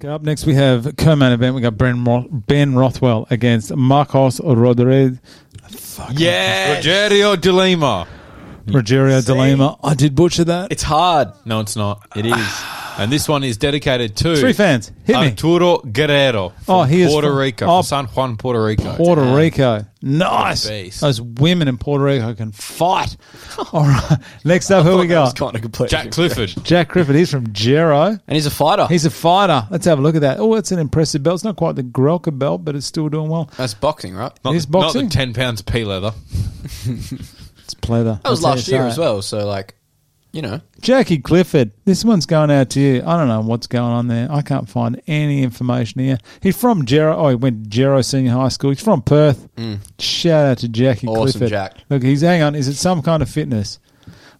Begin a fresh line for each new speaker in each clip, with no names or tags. Okay, up next we have co-main event. We got Ben, Ro- ben Rothwell against Marcos Rodriguez,
Yeah.
Rogerio De Lima.
Mm.
Rogerio De Lima. I did butcher that.
It's hard.
No, it's not. It is. and this one is dedicated to
Three fans.
Oh,
Hit me.
Arturo Guerrero. From
Oh, he is
Puerto
from-
Rico.
oh,
from San Juan, Puerto Rico.
Puerto Rico. Nice.
Beast.
Those women in Puerto Rico can fight. All right. Next up, who we got?
kind of complete.
Jack Clifford.
Jack Griffith. He's from Gero.
And he's a fighter.
He's a fighter. Let's have a look at that. Oh, it's an impressive belt. It's not quite the Grelka belt, but it's still doing well.
That's boxing, right?
Not,
He's
the, not the
boxing?
10 pounds pea leather.
It's pleather.
That was last year as well. So, like, you know,
Jackie Clifford. This one's going out to you. I don't know what's going on there. I can't find any information here. He's from Gero. Oh, he went to Gero Senior High School. He's from Perth. Shout out to Jackie
Mm. Awesome,
Clifford.
Jack.
Look, he's hang on. Is it some kind of fitness?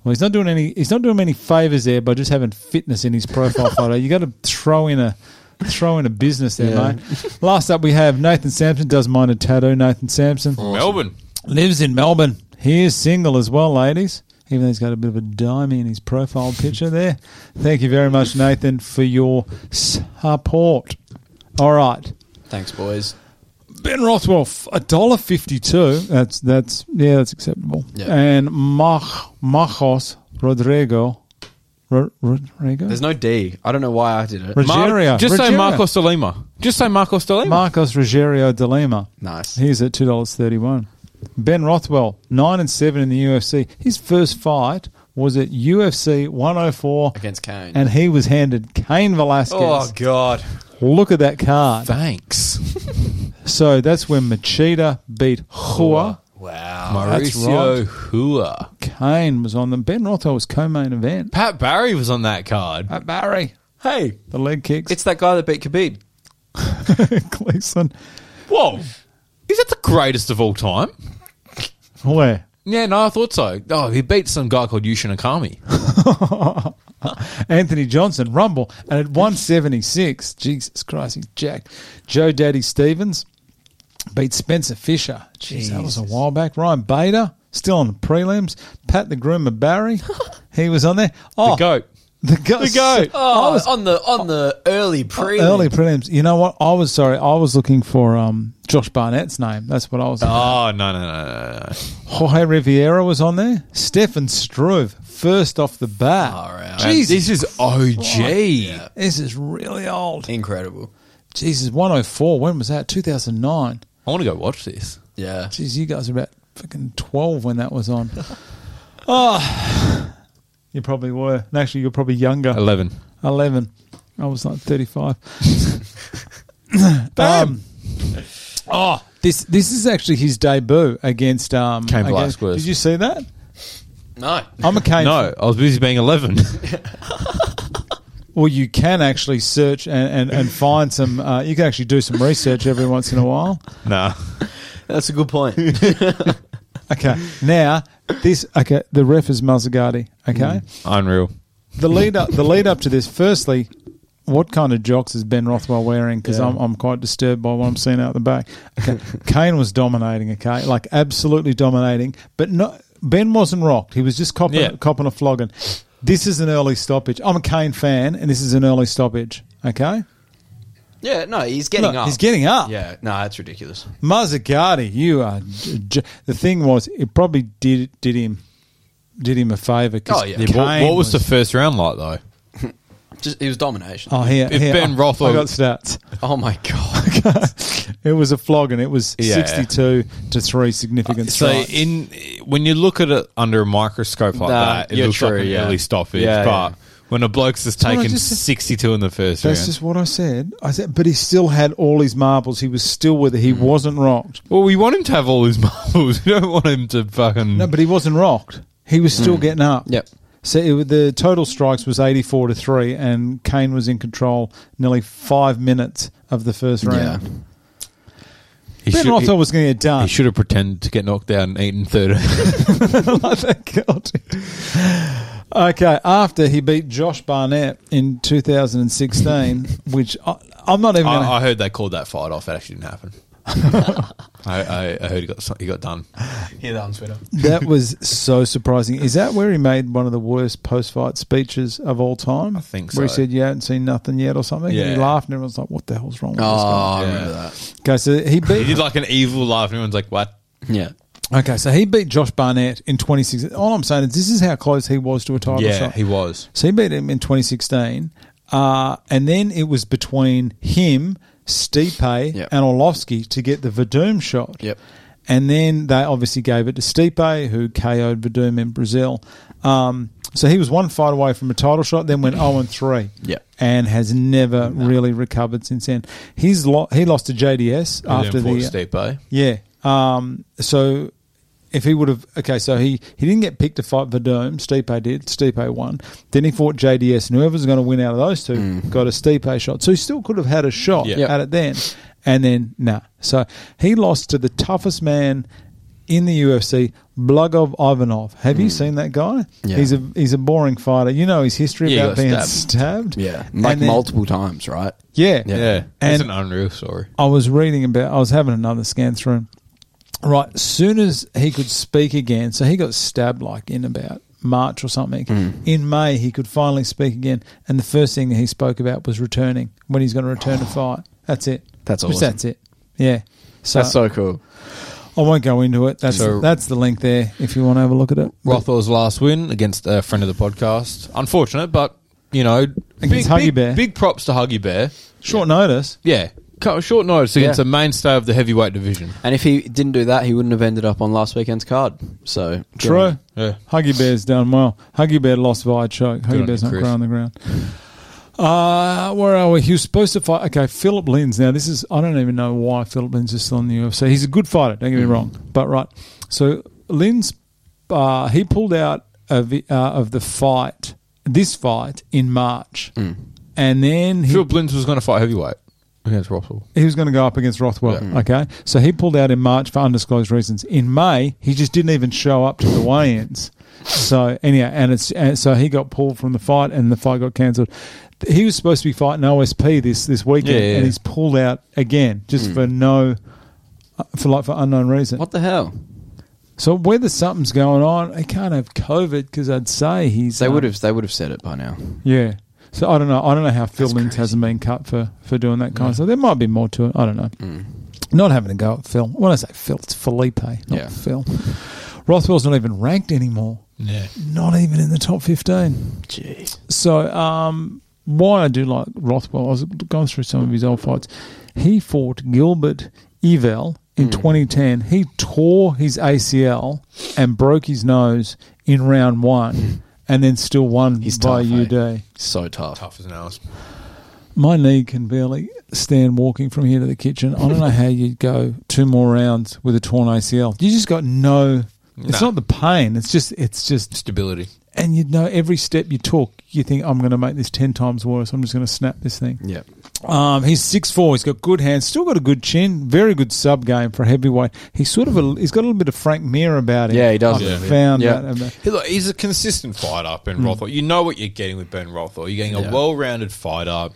Well, he's not doing any. He's not doing many favors there by just having fitness in his profile photo. You got to throw in a. Throw in a business there,
Yeah.
mate. Last up, we have Nathan Sampson. Does mind a tattoo, Nathan Sampson
Melbourne.
lives in Melbourne. He is single as well, ladies. Even though he's got a bit of a dime in his profile picture there. Thank you very much, Nathan, for your support. All right.
thanks, boys.
Ben Rothwell, a dollar fifty-two. That's that's yeah, that's acceptable.
Yeah.
And Mach Machos Rodrigo, Ro- Rodrigo,
There's no D. I don't know why I did it.
Reg- Rogerio.
just say
Rogerio.
Marcos De Lima. Just say Marcos De Lima.
Marcos Rogerio de Lima.
nice.
He's at two dollars thirty-one. Ben Rothwell, nine and seven in the UFC. His first fight was at UFC 104,
Against Kane.
and he was handed Kane Velasquez.
Oh,
God.
Look at that card.
Oh, Thanks.
So that's when Machida beat Hua.
wow.
That's
Mauricio Hua.
Kane was on them. Ben Rothwell was co-main event.
Pat Barry was on that card.
Pat Barry,
Hey,
the leg kicks.
it's that guy that beat Khabib.
Gleason.
Whoa. Is that the greatest of all time?
Where?
Yeah, no, I thought so. Oh, he beat some guy called Yushin Akami.
Anthony Johnson, Rumble, and at 176, Jesus Christ, he's jacked. Joe Daddy Stevens beat Spencer Fisher. Jeez, that was a while back. Ryan Bader, still on the prelims. Pat the Groomer Barry, he was on there. Oh,
The goat.
The goat.
The goat.
Oh, on the on the early pre.
Oh, Early prelims. You know what? I was sorry. I was looking for um, Josh Barnett's name. That's what I was.
Oh, no, no, no, no, no.
Jorge Riviera was on there. Stefan Struve, first off the bat.
All right.
Jesus,
This is OG.
this is really old.
Incredible.
Jesus, 104. When was that? 2009.
I want to go watch this.
Yeah.
Jeez, you guys were about fucking 12 when that was on. oh, you probably were. And actually, you're probably younger.
11.
11. I was like 35. Um, oh, this this is actually his debut against um.
Cain
against-
Velasquez.
Did you see that?
No.
I'm a Kane.
No, I was busy being 11.
Well, you can actually search and, and, and find some. Uh, you can actually do some research every once in a while.
nah.
That's a good point.
Okay. Now, this. Okay. The ref is Mazzagatti. Okay.
Unreal.
The lead up. The lead up to this. Firstly, what kind of jocks is Ben Rothwell wearing? Because I'm, I'm quite disturbed by what I'm seeing out the back. Okay. Kane was dominating. Okay. Like absolutely dominating. But no, Ben wasn't rocked. He was just copping
Yeah.
copping a flogging. This is an early stoppage. I'm a Kane fan, and this is an early stoppage. Okay.
yeah. No, he's getting
Look,
up.
He's getting up.
Yeah. No, that's ridiculous.
Mazzagatti, you are. J- j- the thing was, it probably did did him did him a favour. 'cause
Oh, yeah.
Yeah, what,
Kane
what was the first round like, though?
Just it was domination.
Oh, here,
if
here,
Ben
I-
Rothwell-
I got stats.
Oh my god.
it was a flog, and it was
Yeah. Uh,
sixty-two to three significant
So
strikes.
in when you look at it under a microscope like
Nah,
that, it
you're
looks
true,
like an
yeah.
early stoppage.
Yeah,
but when a bloke's just
what I
taken
just said.
62 in the first
That's
round,
just what I said. I said, but he still had all his marbles. He was still with it. He wasn't rocked.
well, we want him to have all his marbles. We don't want him to fucking.
No, but he wasn't rocked. He was still getting up.
Yep.
So it, wa- the total strikes was 84 to 3, and Kane was in control nearly five minutes of the first
yeah.
round.
he
ben
should-
Rothwell was going to get
He
done.
should have pretended to get knocked down and eaten third.
I think I'll do it. Okay, after he beat Josh Barnett in 2016, which I, I'm not even
I,
going to.
I heard they called that fight off. That actually didn't happen. I, I, I heard he got some- he got done.
Hear that on Twitter.
That was so surprising. Is that where he made one of the worst post-fight speeches of all time? I
think
Where he
so.
said, "You haven't seen nothing yet" or something. And he
Yeah.
laughed, and everyone's like, "What the hell's wrong with
Oh, I
Yeah.
remember that.
this guy?" Okay, so he
He did
beat.
like an evil laugh, and everyone's like, "What?"
Yeah.
Okay, so he beat Josh Barnett in 2016. All I'm saying is this is how close he was to a title
yeah,
shot.
he was.
So he beat him in 2016. Uh, and then it was between him, Stipe,
Yep.
and Orlovsky to get the Verdum shot.
Yep.
And then they obviously gave it to Stipe, who KO'd Verdum in Brazil. Um, so he was one fight away from a title shot, then went 0 3.
Yep.
And has never really recovered since then. He's lo- he lost to JDS after the.
uh, Stipe.
Yeah. Um, so if he would have okay, so he he didn't get picked to fight Verdome. Stipe did. Stipe won. Then he fought JDS, and whoever's going to win out of those two
Mm.
got a Stipe shot. So he still could have had a shot
Yeah.
at it then. And then nah. So he lost to the toughest man in the UFC, Blugov Ivanov. Have you seen that guy?
Mm. Yeah.
He's a he's a boring fighter. You know his history
Yeah, he
about
got
being stabbed.
stabbed. Yeah. Like
And then-
multiple times, right?
Yeah.
Yeah,
Yeah.
it's
And-
an unreal story.
I was reading about. I was having another scan through. Right, soon as he could speak again, so he got stabbed like in about March or something.
Hmm.
In May, he could finally speak again, and the first thing that he spoke about was returning when he's going to return to fight. That's it.
That's
Just
awesome.
That's it. Yeah. So,
That's so cool.
I won't go into it. That's
So-
that's the link there if you want to have a look at it.
Rothwell's last win against a friend of the podcast. Unfortunate, but you know, big,
Huggy
big-
Bear.
Big props to Huggy Bear.
Short notice.
Yeah, Cut- short notice against
Yeah.
a mainstay of the heavyweight division.
And if he didn't do that, he wouldn't have ended up on last weekend's card. So
True.
Yeah.
Huggy Bear's done well. Huggy Bear lost via choke.
on
Huggy
you,
Bear's not
Chris.
growing on the ground. Uh, where are we? He was supposed to fight. Okay, Philip Lins. Now, this is, I don't even know why Philip Lins is still in the UFC. He's a good fighter, don't get
Mm.
me wrong. But, right. So, Lins, uh, he pulled out of, uh, of the fight, this fight, in March.
Mm.
And then he
Phil Blins was going to fight heavyweight against Rothwell.
he was going to go up against Rothwell. Okay, so he pulled out in March for undisclosed reasons. In May, he just didn't even show up to the weigh-ins. So anyhow, and it's and so he got pulled from the fight, and the fight got cancelled. He was supposed to be fighting OSP this this weekend,
Yeah, yeah, Hmm.
and
yeah.
he's pulled out again just for no. For like for unknown reason.
what the hell?
So whether something's going on, he can't have COVID because I'd say he's.
They
um,
would have. They would have said it by now.
yeah. So I don't know. I don't know how Phil Lynch hasn't been cut for, for doing that kind of stuff. There might be more to it. I don't know.
Mm.
Not having a go at Phil. When I say Phil, it's Felipe, not
Yeah.
Phil. Rothwell's not even ranked anymore.
Yeah,
Not even in the top fifteen.
Jeez.
So um, why I do like Rothwell? I was going through some of his old fights. He fought Gilbert Evel
Hmm.
in 2010. He tore his ACL and broke his nose in round one, and then still won
Hmm. He's
by
tough, eh?
UD.
So tough.
tough as nails.
My knee can barely stand walking from here to the kitchen. I don't know how you'd go two more rounds with a torn ACL. You just got no. It's
Nah.
not the pain. It's just. It's just.
Stability.
And you know, every step you took, you think I'm going to make this ten times worse. I'm just going to snap this thing.
Yeah.
Um, he's six four. He's got good hands. Still got a good chin. Very good sub game for heavyweight. He's sort of a. He's got a little bit of Frank Mir about him.
Yeah, he does.
I
Yeah.
found
Yeah.
that. about-
He- look, He's a consistent fighter, Ben Rothwell. You know what you're getting with Ben Rothwell. You're getting a
Hmm. Yeah.
well-rounded fighter.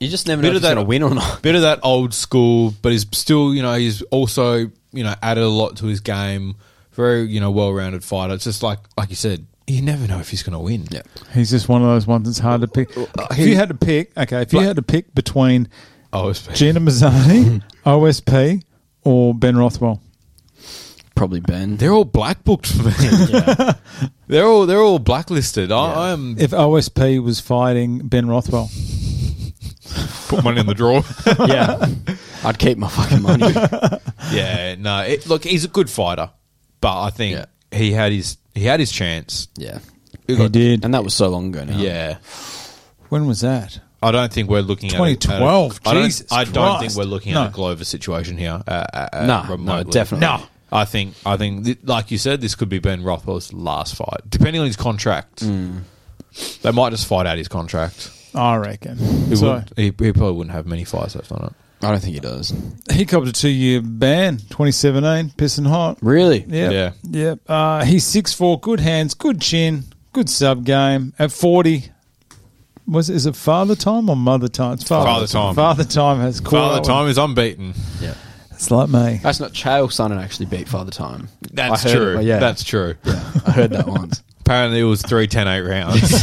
You just never
Bit
know
of
if he's
that-
going to win or not.
bit of that old school, but he's still, you know, he's also, you know, added a lot to his game. Very, you know, well-rounded fighter. It's just like, like you said, you never know if he's going to win.
Yeah.
He's just one of those ones that's hard to pick.
Uh,
If you had to pick, okay, if you had to pick between
Oh, it's-
Gina Mazzani, OSP, or Ben Rothwell.
Probably Ben.
they're all black booked for me. they're all they're all blacklisted.
Yeah.
I, I am
If OSP was fighting Ben Rothwell,
put money in the draw.
yeah. I'd keep my fucking money.
yeah, no. It, look, he's a good fighter, but I think
Yeah.
he had his he had his chance.
yeah.
he did.
And that was so long ago now.
Yeah.
When was that?
I don't think we're looking at a- at
2012,
I don't,
Jesus
I don't
Christ.
think we're looking at
No.
a Glover situation here. Uh, uh, uh,
No, no,
remotely.
definitely. No.
I think I think th- like you said, this could be Ben Rothwell's last fight, depending on his contract.
Hmm.
They might just fight out his contract.
I reckon.
He,
So,
wouldn't- he, he probably wouldn't have many fights left on it.
I don't think he does.
he copped a two year ban, 2017, pissing hot.
Really?
Yep.
Yeah.
Yep. Uh, he's 6'4, good hands, good chin, good sub game. At 40, was is it father time or mother time? It's
Father time.
Father time has caught.
Father time is unbeaten.
Yeah.
It's like me.
That's not Chael Sonnen actually beat Father Time.
That's
I heard
true.
it, yeah.
That's true.
I heard that once.
Apparently, it was three ten eight rounds.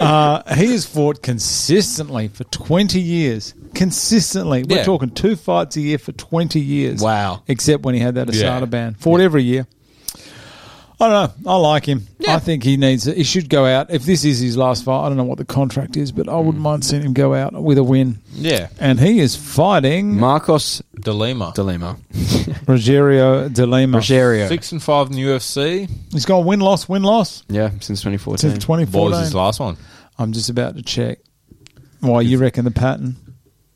Uh, he has fought consistently for 20 years. Consistently. We're
Yeah.
talking two fights a year for 20 years.
Wow.
Except when he had that
Yeah.
Asada ban. Fought every year. I don't know. I like him. I think he needs it. He should go out. If this is his last fight, I don't know what the contract is, but I wouldn't mind seeing him go out with a win.
yeah.
And he is fighting
Marcos
De Lima.
De Lima.
Rogerio De Lima.
Rogerio.
Six and five in the UFC.
He's gone win loss, win loss
Yeah, since
since
2014.
2014.
What was his last one?
I'm just about to check. Why you reckon the pattern?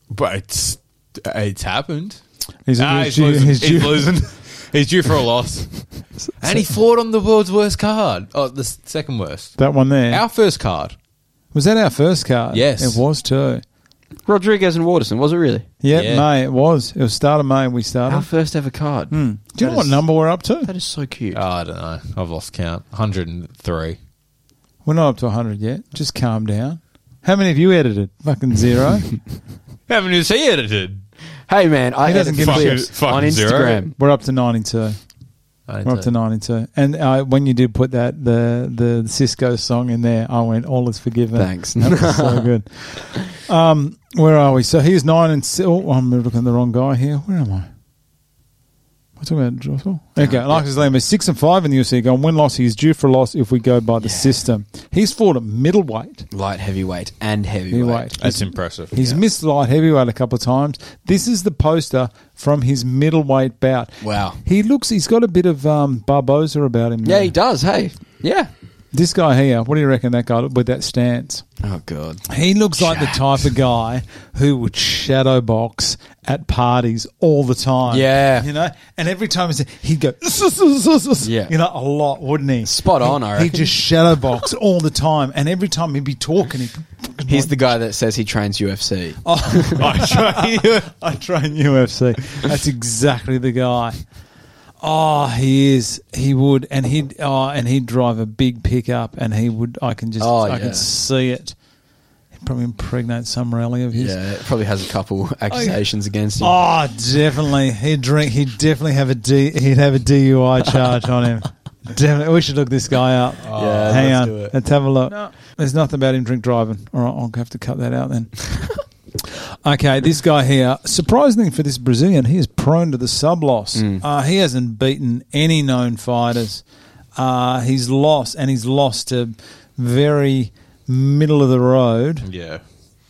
But it's it's happened.
He's,
Ah,
he's
he's,
due-
losing.
he's
He's,
due-
losing. he's due for a loss. and he fought on the world's worst card. Oh, the s- second worst.
That one there.
Our first card.
Was that our first card?
Yes.
It was too.
Rodriguez and Waterson, was it really?
Yeah,
Yeah.
May, it was. It was start of May we started.
Our first ever card.
Hmm. Do you know
That
what
is-
number we're up to?
That is so cute.
Oh, I don't know. I've lost count. 103.
We're not up to 100 yet. Just calm down. How many have you edited? Fucking zero.
Haven't you seen edited?
hey, man, I
He doesn't
edit
give a
clips
fuck-
on
fucking zero.
Instagram.
we're up to 92. We're up to 92. And uh, when you did put that, the, the Cisco song in there, I went, all is forgiven.
Thanks.
That was so good. Um, where are we? So he's nine and six. Oh, I'm looking at the wrong guy here. Where am I? We're talking about Joshua. Okay, Alexis Lambert is six and five in the UFC. Going win loss. He's due for a loss if we go by the system. He's fought at middleweight.
Light heavyweight and heavyweight.
Middleweight.
That's impressive.
He's missed light heavyweight a couple of times. This is the poster from his middleweight bout.
Wow.
He looks. He's got a bit of um, Barbosa about him.
Yeah,
there.
he does. Hey. Yeah.
This guy here. What do you reckon that guy look- with that stance?
Oh, God.
He looks like the type of guy who would shadow box at parties all the time.
Yeah.
You know, and every time he said, he'd go, "Sus, sus, sus, sus,"
Yeah.
you know, a lot, wouldn't he?
Spot on, I
He
reckon.
just shadow box all the time. And every time he'd be talking, he'd be
He's the guy that says he trains UFC.
Oh. I train you. I train UFC. That's exactly the guy. Oh, he is. He would, and he'd, oh, and he'd drive a big pickup, and he would. I can just,
Oh,
I
yeah.
can see it. He'd probably impregnate some rally of his.
Yeah, it probably has a couple accusations against him.
Oh, definitely. He'd drink. He'd definitely have a D. He'd have a DUI charge on him. Definitely. We should look this guy up.
Yeah,
Hang
let's
on.
do it.
Let's have a look. There's nothing about him drink driving. All right, I'll have to cut that out then. okay, this guy here. Surprisingly for this Brazilian, he is prone to the sub loss.
Mm.
Uh, he hasn't beaten any known fighters. Uh, he's lost, and he's lost to very middle of the road
Yeah.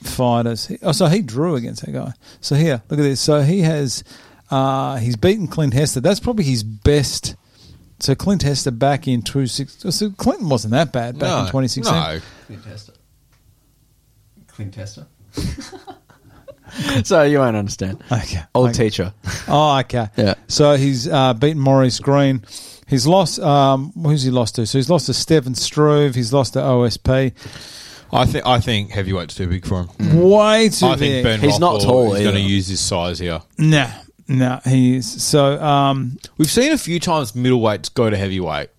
fighters. He- Oh, so he drew against that guy. So here, look at this. So he has, uh, he's beaten Clint Hester. That's probably his best. So Clint Hester back in two six. oh, So Clinton wasn't that bad back in twenty sixteen.
No.
Clint Tester. Clint Tester. so you won't understand.
Okay.
Old
okay.
teacher.
Oh, okay.
Yeah.
So he's uh, beaten Maurice Green. He's lost. Um, who's he lost to? So he's lost to Stefan Struve. He's lost to OSP.
I think I think heavyweight's too big for him.
Mm. Way too
I
big.
think Ben
He's not
Rothwell
tall
is going to
either.
use his size here.
nah, nah. He is. So um,
We've seen a few times middleweights go to heavyweight.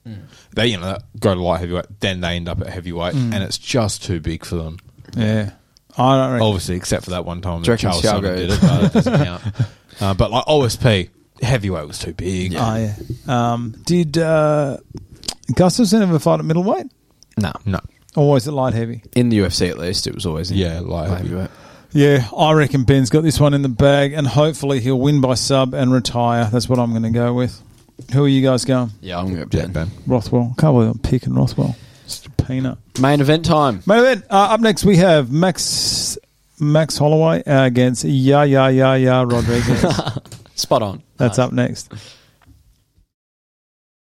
They you know go to light heavyweight, then they end up at heavyweight,
Mm.
and it's just too big for them.
yeah. I don't reckon.
Obviously, except for that one time
Do you
that
reckon
Charles
Thiago-
Sonnen did it, but it doesn't count. Uh, but like OSP, heavyweight was too big.
Oh yeah. Um, did uh, Gustafson ever fight at middleweight,
No.
No,
or was it light heavy?
In the UFC, at least, it was always in
Yeah, light heavyweight.
Yeah, I reckon Ben's got this one in the bag, and hopefully he'll win by sub and retire. That's what I'm going to go with. Who are you guys going?
Yeah, I'm going to
yeah,
Ben.
Ben.
Rothwell. Can't believe I'm picking Rothwell. Just a peanut.
Main event time.
Main event. Uh, up next, we have Max Max Holloway uh, against Ya Ya Ya Ya Rodriguez.
Spot on.
That's up next.